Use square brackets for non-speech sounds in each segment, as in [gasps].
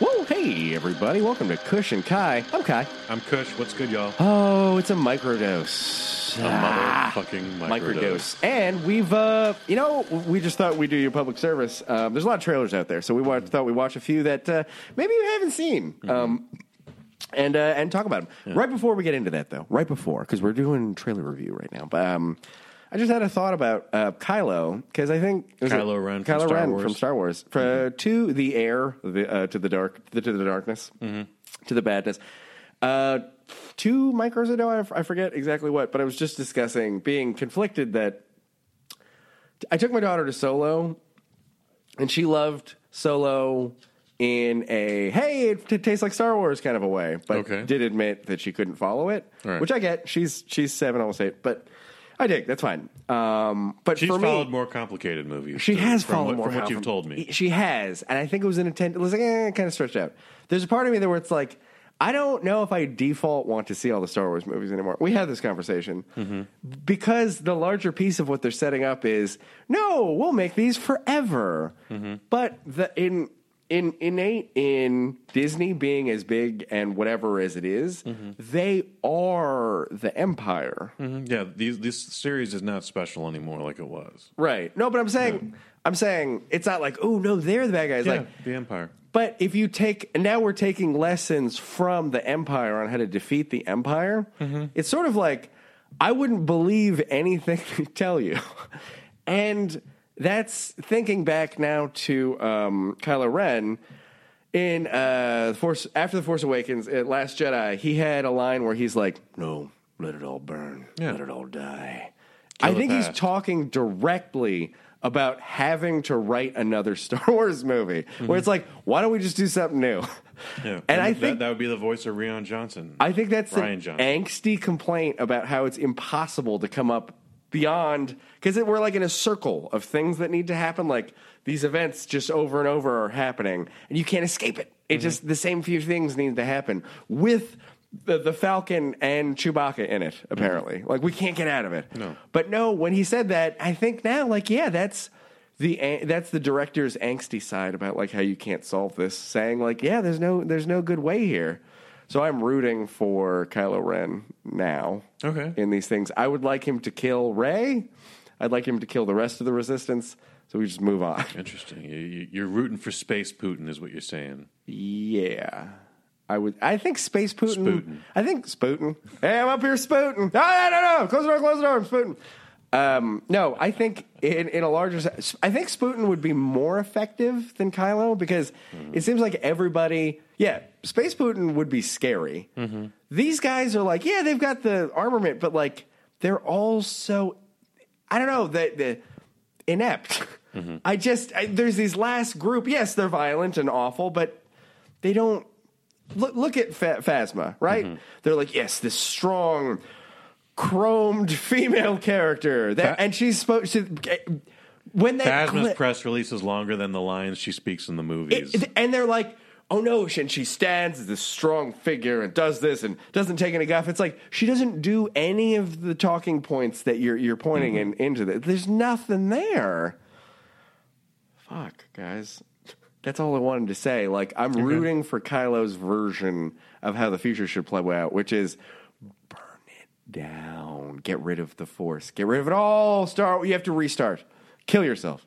Whoa, hey everybody, welcome to Kush and Kai. I'm Kai. I'm Kush. What's good, y'all? Oh, it's a microdose. A Ah, motherfucking microdose. microdose. And we've, uh, you know, we just thought we'd do your public service. Um, there's a lot of trailers out there, so we wa- thought we'd watch a few that uh, maybe you haven't seen. Um, and uh, and talk about them right before we get into that though. Right before because we're doing trailer review right now. But um, I just had a thought about uh, Kylo because I think was Kylo it- Ren from Kylo Star Ren Wars. Mm-hmm. from Star Wars for, to the air the, uh, to the dark the, to the darkness Mm-hmm. to the badness. Uh, two micros ago, I, f- I forget exactly what, but I was just discussing being conflicted that I took my daughter to Solo and she loved Solo in a hey, it t- tastes like Star Wars kind of a way, but Okay. did admit that she couldn't follow it, All right. which I get. She's she's seven, almost eight, but I dig. That's fine. Um, but She's for me, followed more complicated movies. she too, has from fallen what, more E- from what confident. you've told me. She has, and I think it was an intent. It was like eh, kind of stretched out. There's a part of me there where it's like I don't know if I default want to see all the Star Wars movies anymore. We had this conversation Mm-hmm. because the larger piece of what they're setting up is no, we'll make these forever. Mm-hmm. But the in in innate in Disney being as big and whatever as it is, Mm-hmm. they are the empire. Mm, Yeah, these, this series is not special anymore like it was. Right. No, but I'm saying I'm saying it's not like, oh no, they're the bad guys. Yeah, Like the Empire. But if you take now, we're taking lessons from the Empire on how to defeat the Empire. Mm-hmm. It's sort of like I wouldn't believe anything [laughs] they tell you, and that's thinking back now to um, Kylo Ren in uh, Force after the Force Awakens, at Last Jedi. He had a line where he's like, "No, let it all burn, Yeah. let it all die." Kill I the think he's past. talking directly about having to write another [laughs] Star Wars movie, where it's like, why don't we just do something new? Mm-hmm. Yeah. [laughs] And, I that, think that would be the voice of Rion Johnson. I think that's Rian an Johnson. angsty complaint about how it's impossible to come up beyond because we're like in a circle of things that need to happen. Like these events just over and over are happening, and you can't escape it. It just the same few things need to happen with. The, the Falcon and Chewbacca in it, apparently. Like, we can't get out of it. No. But no, when he said that, I think now, like, yeah, that's the an- that's the director's angsty side about like how you can't solve this, saying like, yeah, there's no there's no good way here. So I'm rooting for Kylo Ren now. Okay. In these things, I would like him to kill Rey. I'd like him to kill the rest of the Resistance. So we just move on. Interesting. You- You, you're rooting for space Putin, is what you're saying. Yeah. I would. I think Space Putin. Sputin. I think Sputin. Hey, I'm up here Sputin. No, no, no, no. Close the door. Close the door. I'm Sputin. Um, no, I think in, in a larger. se- I think Sputin would be more effective than Kylo because it seems like everybody. Yeah, Space Putin would be scary. These guys are like, yeah, they've got the armament, but like they're all so. I don't know the the inept. [laughs] I just I, there's these last group. Yes, they're violent and awful, but they don't look look at Fa- Phasma, right? Mm-hmm. They're like, yes, this strong, chromed [laughs] female character, that, Fa- and she's supposed to. When they Phasma's cli- press release is longer than the lines she speaks in the movies. it- and they're like, oh no, and she stands as this strong figure and does this and doesn't take any guff. It's like she doesn't do any of the talking points that you're you're pointing in, into. The, there's nothing there. Fuck, guys. That's all I wanted to say. Like, I'm rooting for Kylo's version of how the future should play out, which is burn it down, get rid of the force, get rid of it all. Start. You have to restart. Kill yourself.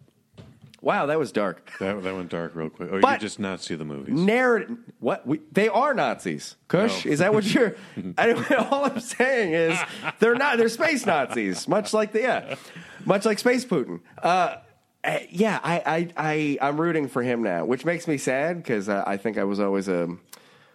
Wow, that was dark. that, that went dark real quick. Or you But- just not see the movies. Narrative. What we, they are Nazis. Kush, No. is [laughs] that what you're? I don't, all I'm saying is they're not. They're space Nazis, much like the yeah, much like space Putin. Uh, uh, yeah, I, I, I, I'm rooting for him now, which makes me sad because uh, I think I was always a,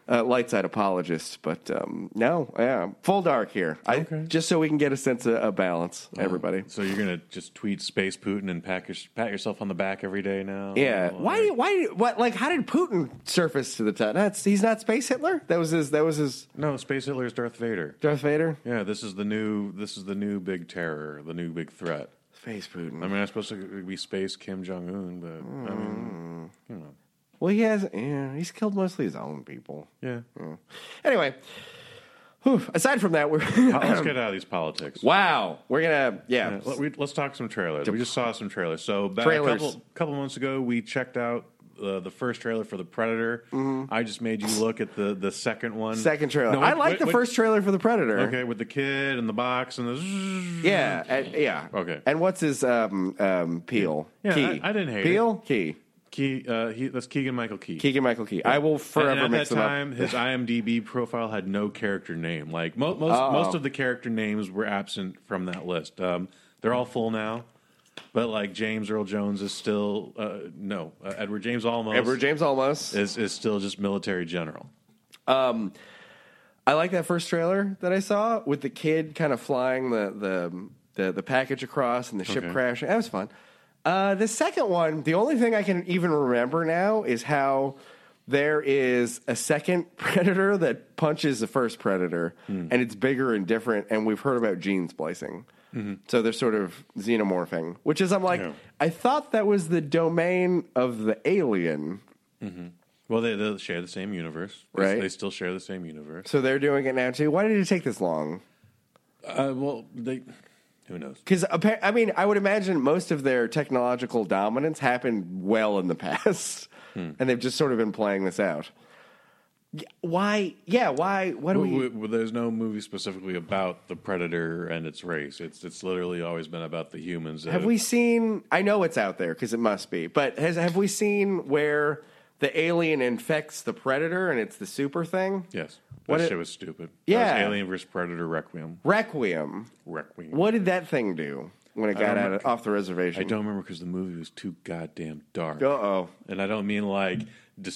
a light side apologist, but um, no, yeah, full dark here. I, Okay. Oh. Just so we can get a sense of, of balance, everybody. So you're gonna just tweet space Putin and pack your, pat yourself on the back every day now? Yeah. Or- Why? Why? What? Like, how did Putin surface to the top? That's he's not space Hitler. That was his. That was his. No, space Hitler is Darth Vader. Darth Vader? Yeah, this is the new this is the new big terror, the new big threat. Space I Putin. mean, I'm supposed to be space Kim Jong Un, but I Mm. mean, you know, Well, he has. Yeah, he's killed mostly his own people. yeah. Mm. Anyway, whew, aside from that, we're [laughs] Let's get out of these politics. wow. We're gonna yeah. Yeah, let- we- Let's talk some trailers. We just saw some trailers. So about a Trailers. couple couple months ago, we checked out uh, the first trailer for the Predator. I just made you look at the the second one. Mm-hmm. Second trailer. No, I wait, like wait, the wait. first trailer for the Predator. Okay, with the kid and the box and the. zzzz. Yeah, and, yeah. Okay. And what's his um um Peel? Yeah, Key. I- I didn't hate Peel. Key. Key, uh, he, that's Keegan Michael Key. Keegan Michael Key. I will forever and at mix that them [laughs] time, his IMDb profile had no character name. Like mo- most Oh. most of the character names were absent from that list. Um, they're all full now, but like James Earl Jones is still uh, no uh, Edward James Olmos up. Edward James Olmos. is is still just military general. I like that first trailer that I saw with the kid kind of flying the the the, the package across and the ship Okay. crashing. That was fun. Uh, the second one, the only thing I can even remember now is how there is a second [laughs] predator that punches the first predator, Hmm. and it's bigger and different. And we've heard about gene splicing, so they're sort of xenomorphing, which is I'm like, Mm-hmm. Yeah. I thought that was the domain of the alien. Well, they, they share the same universe, They- Right. They still share the same universe. So they're doing it now too. Why did it take this long? Uh, well, they who knows? Because I mean, I would imagine most of their technological dominance happened well in the [laughs] past, Hmm. and they've just sort of been playing this out. Y- Why? Yeah. Why? What do Well, we? we- well, there's no movie specifically about the predator and its race. It's it's literally always been about the humans. that Have we seen? I know it's out there because it must be. But has have we seen where the alien infects the predator and it's the super thing? Yes. That What it- shit was stupid. Yeah. That was Alien vs. Predator Requiem. Requiem. Requiem. What did that thing do when it got don't out of, know. off the I reservation? don't remember because the movie was too goddamn dark. Uh oh. And I don't mean like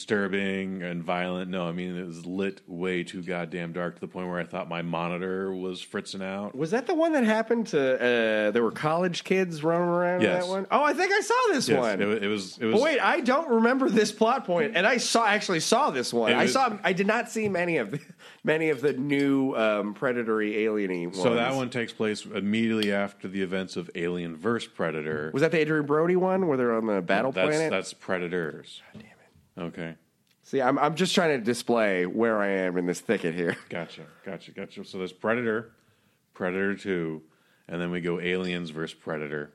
disturbing and violent. No, I mean it was lit way too goddamn dark to the point where I thought my monitor was fritzing out. Was that the one that happened to? Uh, there were college kids running around in Yes. that one. Oh, I think I saw this Yes, one. it, wa- it was. It was. But wait, I don't remember this plot point, and I saw actually saw this one. It I was- saw. I did not see many of the, [laughs] many of the new um, predatory alieny. Ones. so that one takes place immediately after the events of Alien vs. Predator. was that the Adrian Brody one where they're on the battle that's planet. that's Predators. damn it. Okay. See, I'm I'm just trying to display where I am in this thicket here. [laughs] Gotcha, gotcha, gotcha. So there's Predator, Predator Two, and then we go Aliens versus Predator,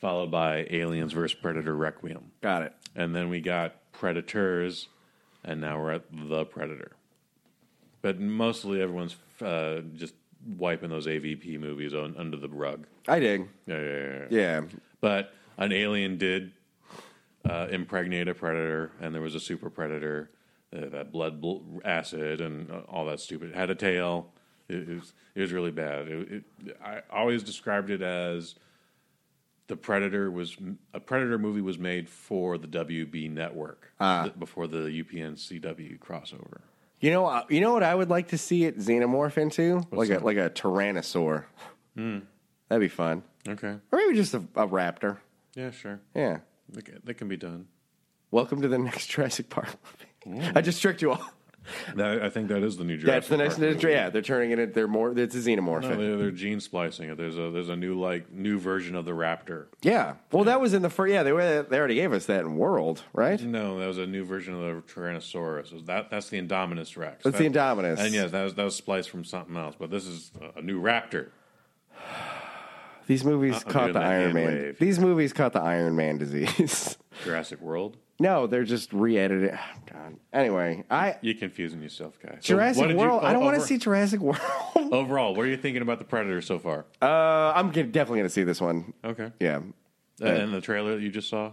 followed by Aliens versus Predator Requiem, Got it. and then we got Predators, and now we're at the Predator. But mostly everyone's uh, just wiping those AVP movies on, under the rug. I dig. Yeah, yeah, yeah, yeah. Yeah. But an alien did uh, impregnate a predator, and there was a super predator uh, that bled bl- acid and uh, all that stupid. It had a tail. It, it was it was really bad. It, it, I always described it as the predator was a predator movie was made for the WB network th- before the UPN CW crossover. You know. uh, You know what I would like to see it xenomorph into, like that? Hmm. a like a tyrannosaur. That'd be fun, Okay, or maybe just a, a raptor. yeah, sure, Yeah. that ca- that can be done. Welcome to the next [laughs] Jurassic Park movie. I just tricked you all. That, I think that is the new. That's the Jurassic next. Park movie. Yeah, they're turning it. They're more. It's a xenomorph. No, they're, they're gene splicing it. There's a there's a new like new version of the raptor. yeah. Well, that was in the first. Yeah, they were. They already gave us that in World, right? No, that was a new version of the Tyrannosaurus. That that's the Indominus Rex. That's That- the Indominus. And yes, that was that was spliced from something else. But this is a- a new raptor. These movies caught doing the that Iron hand Man. wave. These movies caught the Iron Man disease. [laughs] Jurassic World. no, they're just re-edited. [sighs] Oh, God. Anyway, I You're confusing yourself, guys. Jurassic World. I don't want to see see. Jurassic [laughs] World. uh, Overall, what are you thinking about the Predator so far? I'm g- definitely going to see this one. Okay. Yeah. And the trailer that you just saw.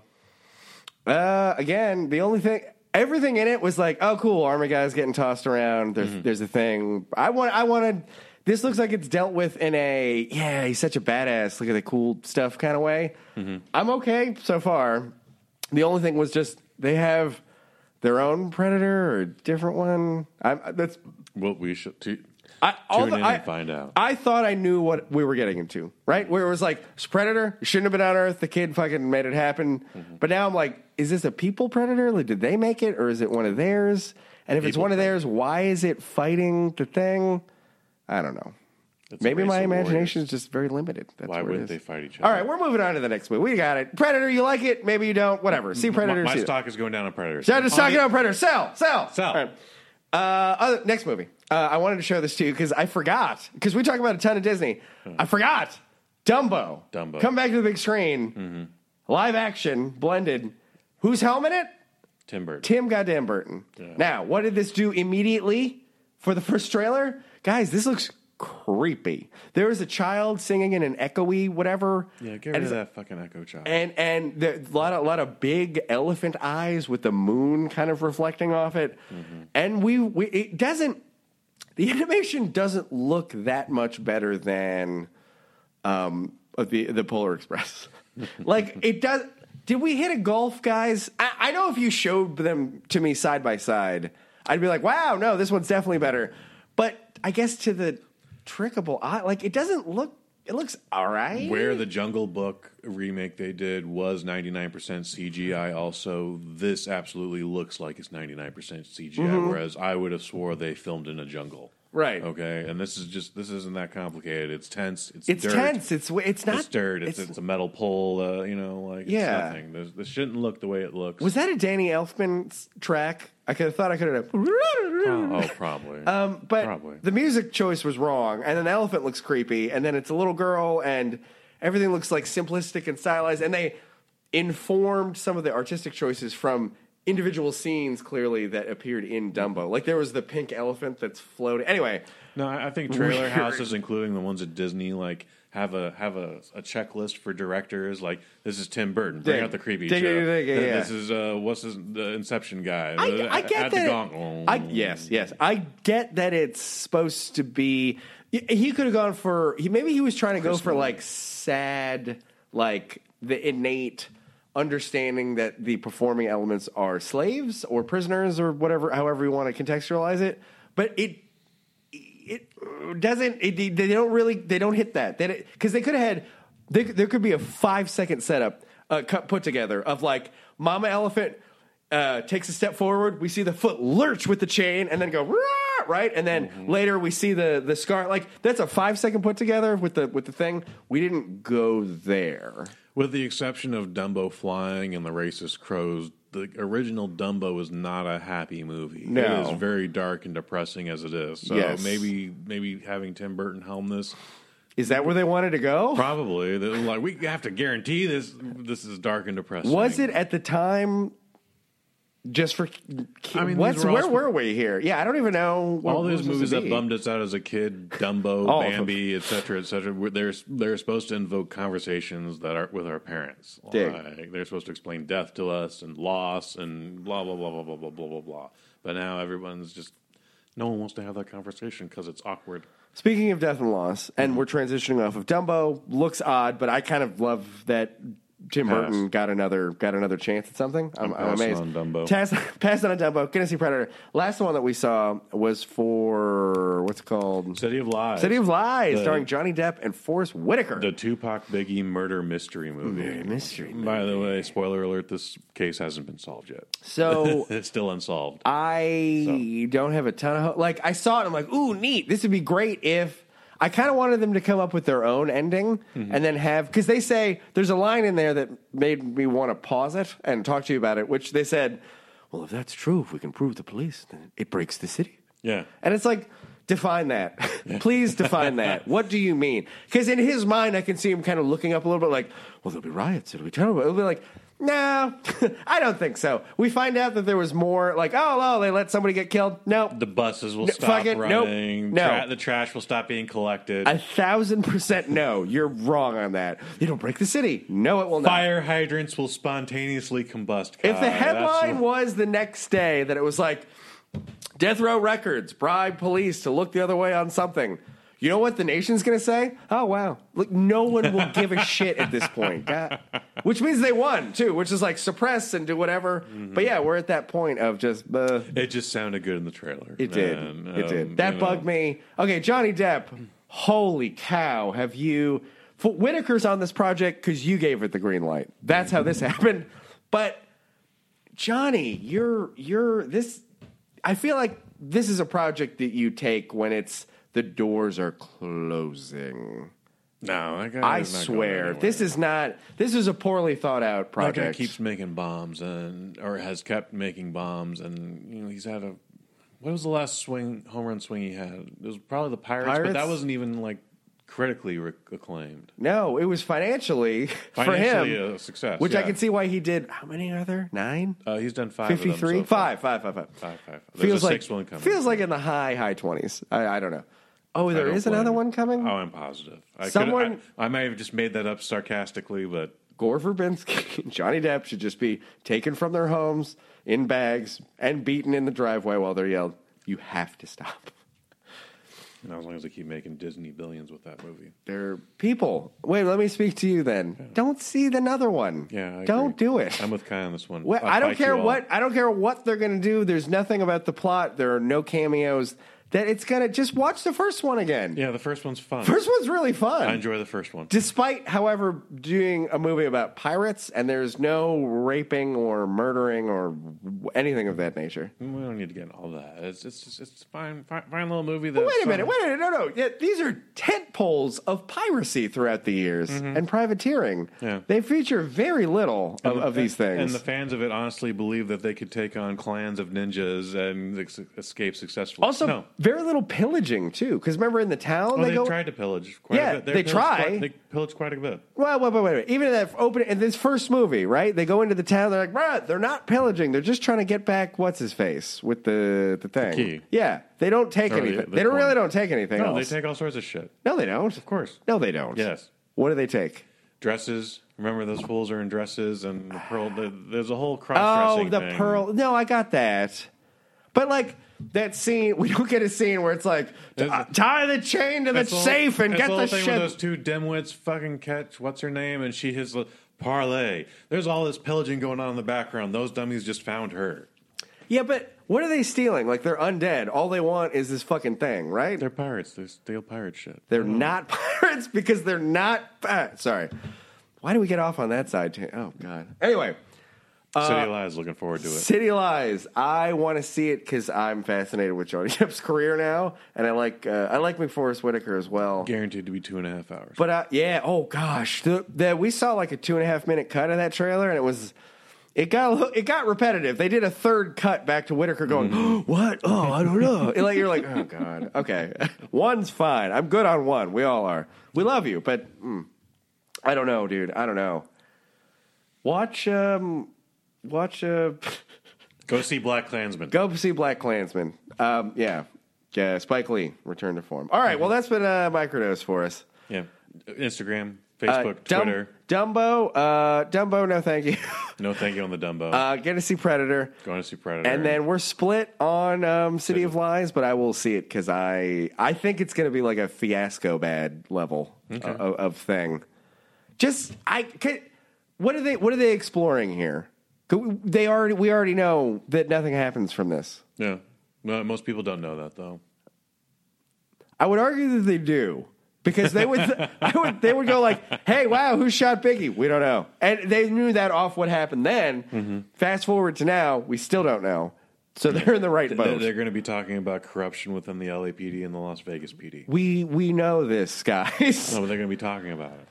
Uh, again, the only thing, everything in it was like, oh, cool, army guys getting tossed around. There's Mm-hmm. there's a thing. I want I wanted. This looks like it's dealt with in a yeah, he's such a badass. Look at the cool stuff kind of way. Mm-hmm. I'm okay so far. The only thing was just they have their own predator or a different one. I, that's Well, we should t- I, all tune the- in I- and find out. I thought I knew what we were getting into, right? Where it was like, it's Predator, it shouldn't have been on Earth. The kid fucking made it happen. Mm-hmm. But now I'm like, is this a people predator? Like, did they make it, or is it one of theirs? And if it's People one of theirs, why is it fighting the thing? I don't know. It's a Maybe race my of warriors. imagination is just very limited. That's Why where it wouldn't is. they fight each other? All right, we're moving on to the next movie. We got it. Predator, you like it? Maybe you don't. Whatever. See My, Predator. my see it. stock is going down on Predators. Yeah, just On talking the- about Predator. Sell, sell, Sell. All right. Uh, other, next movie. Uh, I wanted to show this to you because I forgot. Because we talk about a ton of Disney. I forgot. Dumbo. Hmm. Dumbo. Mm-hmm. Come back to the big screen. Live action blended. Who's helming it? Tim Burton. Tim Goddamn Burton. Now, what did this do immediately for the first trailer? Guys, this looks creepy. There is a child singing in an echoey whatever. yeah, and get rid of it's- that fucking echo child. and and there, a lot of lot of big elephant eyes with the moon kind of reflecting off it, and we, we it doesn't the animation doesn't look that much better than um of the the Polar Express. like it does. Did we hit a golf, guys? I, I know if you showed them to me side by side, I'd be like, wow, no, this one's definitely better. But I guess to the trickable eye, like it doesn't look. It looks all right. Where the Jungle Book remake they did was 99% CGI. Also, this absolutely looks like it's 99% CGI. Whereas I would have swore they filmed in a jungle. Right. Okay. And this is just this isn't that complicated. It's tense. It's It's dirt. tense. It's it's not It's dirt. It's, it's, a metal pole. Uh, you know, like it's Yeah. nothing. This, this shouldn't look the way it looks. was that a Danny Elfman s- track? I could have thought I could have. oh, [laughs] probably. Um, but Probably. the music choice was wrong, and an elephant looks creepy, and then it's a little girl, and everything looks like simplistic and stylized, and they informed some of the artistic choices from individual scenes clearly that appeared in Dumbo. Like there was the pink elephant that's floating. Anyway, No, I I [laughs] think trailer Weird. houses, including the ones at Disney, like have a have a, a checklist for directors. Like this is Tim Burton, bring Dig. out the creepy Dig, Joe. dig, dig, Th- yeah. This is uh, what's his, the Inception guy. Uh, I, I get Add that. The gong. I yes, yes. I get that it's supposed to be. y- He could have gone for. He, maybe he was trying to go for like sad, like the innate understanding that the performing elements are slaves or prisoners or whatever, however you want to contextualize it. But it it doesn't it, they they don't really they don't hit that they because they could have had they, there could be a five second setup uh, cut, put together of like mama elephant uh, takes a step forward we see the foot lurch with the chain and then go "Rah!" right and then Mm-hmm. later we see the the scar like that's a five second put together with the with the thing we didn't go there With the exception of Dumbo flying and the racist crows, the original Dumbo is not a happy movie. No. It is very dark and depressing as it is. So Yes. maybe maybe having Tim Burton helm this is that where they wanted to go probably they're like we have to guarantee this this is dark and depressing. was it at the time just for I mean, what's these were all where sp- were we here yeah i don't even know what- all what those was this movies to that be. Oh, bummed us out as a kid, Dumbo, All of them. Bambi, etc., etc. were- They're they're supposed to invoke conversations that are with our parents. Dig. Like, they're supposed to explain death to us and loss and blah blah blah blah blah blah blah blah blah. But now everyone's just no one wants to have that conversation because it's awkward. Speaking of death and loss, Mm-hmm. and we're transitioning off of Dumbo. Looks odd, but I kind of love that Tim Pass. Burton got another got another chance at something. I'm, I'm passing amazed. on Dumbo. Pass, pass it on Dumbo. Gonna see Predator. Last one that we saw was for what's it called City of Lies, City of Lies, The- starring Johnny Depp and Forrest Whitaker. the Tupac Biggie murder mystery movie. Murder mystery By the way, spoiler alert: this case hasn't been solved yet. so [laughs] it's still unsolved. I don't have a ton of hope. Like I saw it, I'm like, ooh, neat. This would be great if I kind of wanted them to come up with their own ending and then have because they say there's a line in there that made me want to pause it and talk to you about it, which they said, well, if that's true, if we can prove the police, then it breaks the city. yeah. And it's like, define that. [laughs] Please define that. What do you mean? Because in his mind, I can see him kind of looking up a little bit like, well, there'll be riots. It'll be terrible. It'll be like, no, [laughs] I don't think so. We find out that there was more like, oh, no, they let somebody get killed. No. The buses will No, stop fuck it, nope, running. no. Tra- the trash will stop being collected. A thousand percent no. You're wrong on that. It'll break the city. No, it will not. Fire hydrants will spontaneously combust. If Kai. the Uh, That's headline what- was the next day that it was like Death Row Records bribe police to look the other way on something, you know what the nation's going to say? Oh wow, look, no one will give a shit at this [laughs] point, God. which means they won too, which is like suppress and do whatever. Mm-hmm. But yeah, we're at that point of just uh, it just sounded good in the trailer. it did, man. it Um, did. That you know. bugged me. Okay, Johnny Depp, holy cow, have you? F- Whitaker's on this project because you gave it the green light. That's how this [laughs] happened, but. Johnny, you're you're this I feel like this is a project that you take when it's the doors are closing. No, that guy I is not going swear. anywhere. This is not this is a poorly thought out that guy project. keeps making bombs and or has kept making bombs and you know he's had a what was the last swing home run swing he had? It was probably the Pirates, Pirates? but that wasn't even like critically re- acclaimed. No, it was financially, [laughs] Financially for him, a success, which I yeah. can see why he did. How many are there? Nine, Uh, he's done five. fifty Of them three, so far. five, five, five, five. Five, five. There's Feels a like sixth one coming. feels like in the high high twenties. I, I don't know. Oh, I there don't is another blame one you. coming. Oh, I'm positive. I Someone, Someone- I, I may have just made that up sarcastically, but Gore Verbinski and Johnny Depp should just be taken from their homes in bags and beaten in the driveway while they're yelled, "You have to stop." you know, as long as they keep making Disney billions with that movie, They're people. Wait, let me speak to you then. Don't see another one. yeah, I don't agree. do it. I'm with Kai on this one. Well, I'll I don't fight you care all. what I don't care what they're going to do. There's nothing about the plot. There are no cameos. That it's going to just watch the first one again. Yeah, the first one's fun. First one's really fun. I enjoy the first one. Despite, however, doing a movie about pirates and there's no raping or murdering or w- anything of that nature. We don't need to get into all that. It's it's just, it's fine, fine, fine little movie. That Wait a minute, wait a minute, no, no. Yeah, these are tent poles of piracy throughout the years and privateering. Mm-hmm. Yeah. They feature very little of, of these things. And the fans of it honestly believe that they could take on clans of ninjas and ex- escape successfully. also, no. Oh, very little pillaging too. Because remember in the town, Well, they they go tried to pillage quite Yeah, a bit. They're they pillaged try. Quite, they pillage quite a bit. Well, wait, wait, wait, wait. Even in that opening, in this first movie, right? They go into the town. They're like, "Bruh, they're not pillaging. They're just trying to get back what's his face with the the thing. key. Yeah, they don't take Or the- anything. the they don't coin. really don't take anything No, else. they take all sorts of shit. no, they don't. Of course. No, they don't. Yes. What do they take? Dresses. Remember those fools are in dresses and the pearl. The, there's a whole cross Oh, dressing. the pearl. No, I got that. But like that scene, [laughs] we don't get a scene where it's like That's- "T- uh, tie the chain to the safe and get the, the whole thing shit. With those two dimwits fucking catch what's her name and she his parlay. There's all this pillaging going on in the background. Those dummies just found her. yeah, but what are they stealing? Like they're undead. All they want is this fucking thing, right? They're pirates. They steal pirate shit. They're not [laughs] pirates because they're not. Pirates. Sorry. Why do we get off on that side? too? Oh God. Anyway, Uh, City of Lies looking forward to it. City Lies. I want to see it because I'm fascinated with Johnny Depp's career now, and I like uh, I like McForrest Whitaker as well. Guaranteed to be two and a half hours. But uh, yeah, oh gosh, the, the, we saw like a two and a half minute cut of that trailer, and it was it got a little- it got repetitive. They did a third cut back to Whitaker going, [gasps] "What? Oh, I don't know." And, like you're like, "Oh god, okay, [laughs] one's fine. I'm good on one. We all are. We love you, but mm, I don't know, dude. I don't know. Watch um, watch uh, [laughs] Go see Black Klansman. go see Black Klansman. Um, yeah, yeah. Spike Lee return to form. All right, well that's been a microdose for us. Yeah. Instagram, Uh, Facebook, Dum- Twitter. Dumbo, uh, Dumbo, no thank you. [laughs] No thank you on the Dumbo. uh, get to see Predator. Going to see Predator. And then we're split on um, City of Lies, but I will see it because I I think it's going to be like a fiasco bad level o- o- of, thing. Just I could, what are they what are they exploring here? Could we- They already we already know that nothing happens from this. Yeah. Well, most people don't know that though. I would argue that they do because they would, [laughs] I would, they would go like, "Hey, wow, who shot Biggie? We don't know." And they knew that off what happened then. Mm-hmm. Fast forward to now, we still don't know. So they're in the right They're, boat. they're going to be talking about corruption within the LAPD and the Las Vegas PD. we we know this, guys. No, but they're going to be talking about it.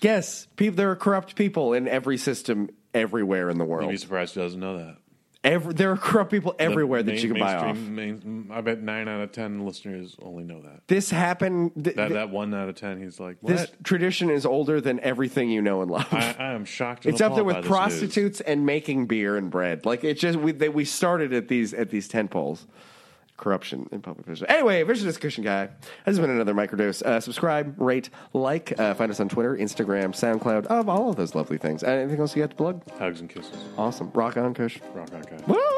Yes, people. There are corrupt people in every system, everywhere in the You'd be world. surprised who doesn't know that. Every, there are corrupt people everywhere that Main- you can buy off. mainstream- main- I bet nine out of ten listeners only know that. This happened. th- That, th- that one out of ten, he's like, what? this tradition is older than everything you know and love. I, I am shocked. and It's up there appalled by with this news. prostitutes and making beer and bread. Like it just we they, we started at these at these tent poles. Corruption in public vision. Anyway, vision discussion guy. This has been another microdose. Uh, subscribe, rate, like. Uh, find us on Twitter, Instagram, SoundCloud, of all of those lovely things. Uh, Anything else you got to plug? Hugs and kisses. Awesome. Rock on, Kush. Rock, rock, rock. Woo!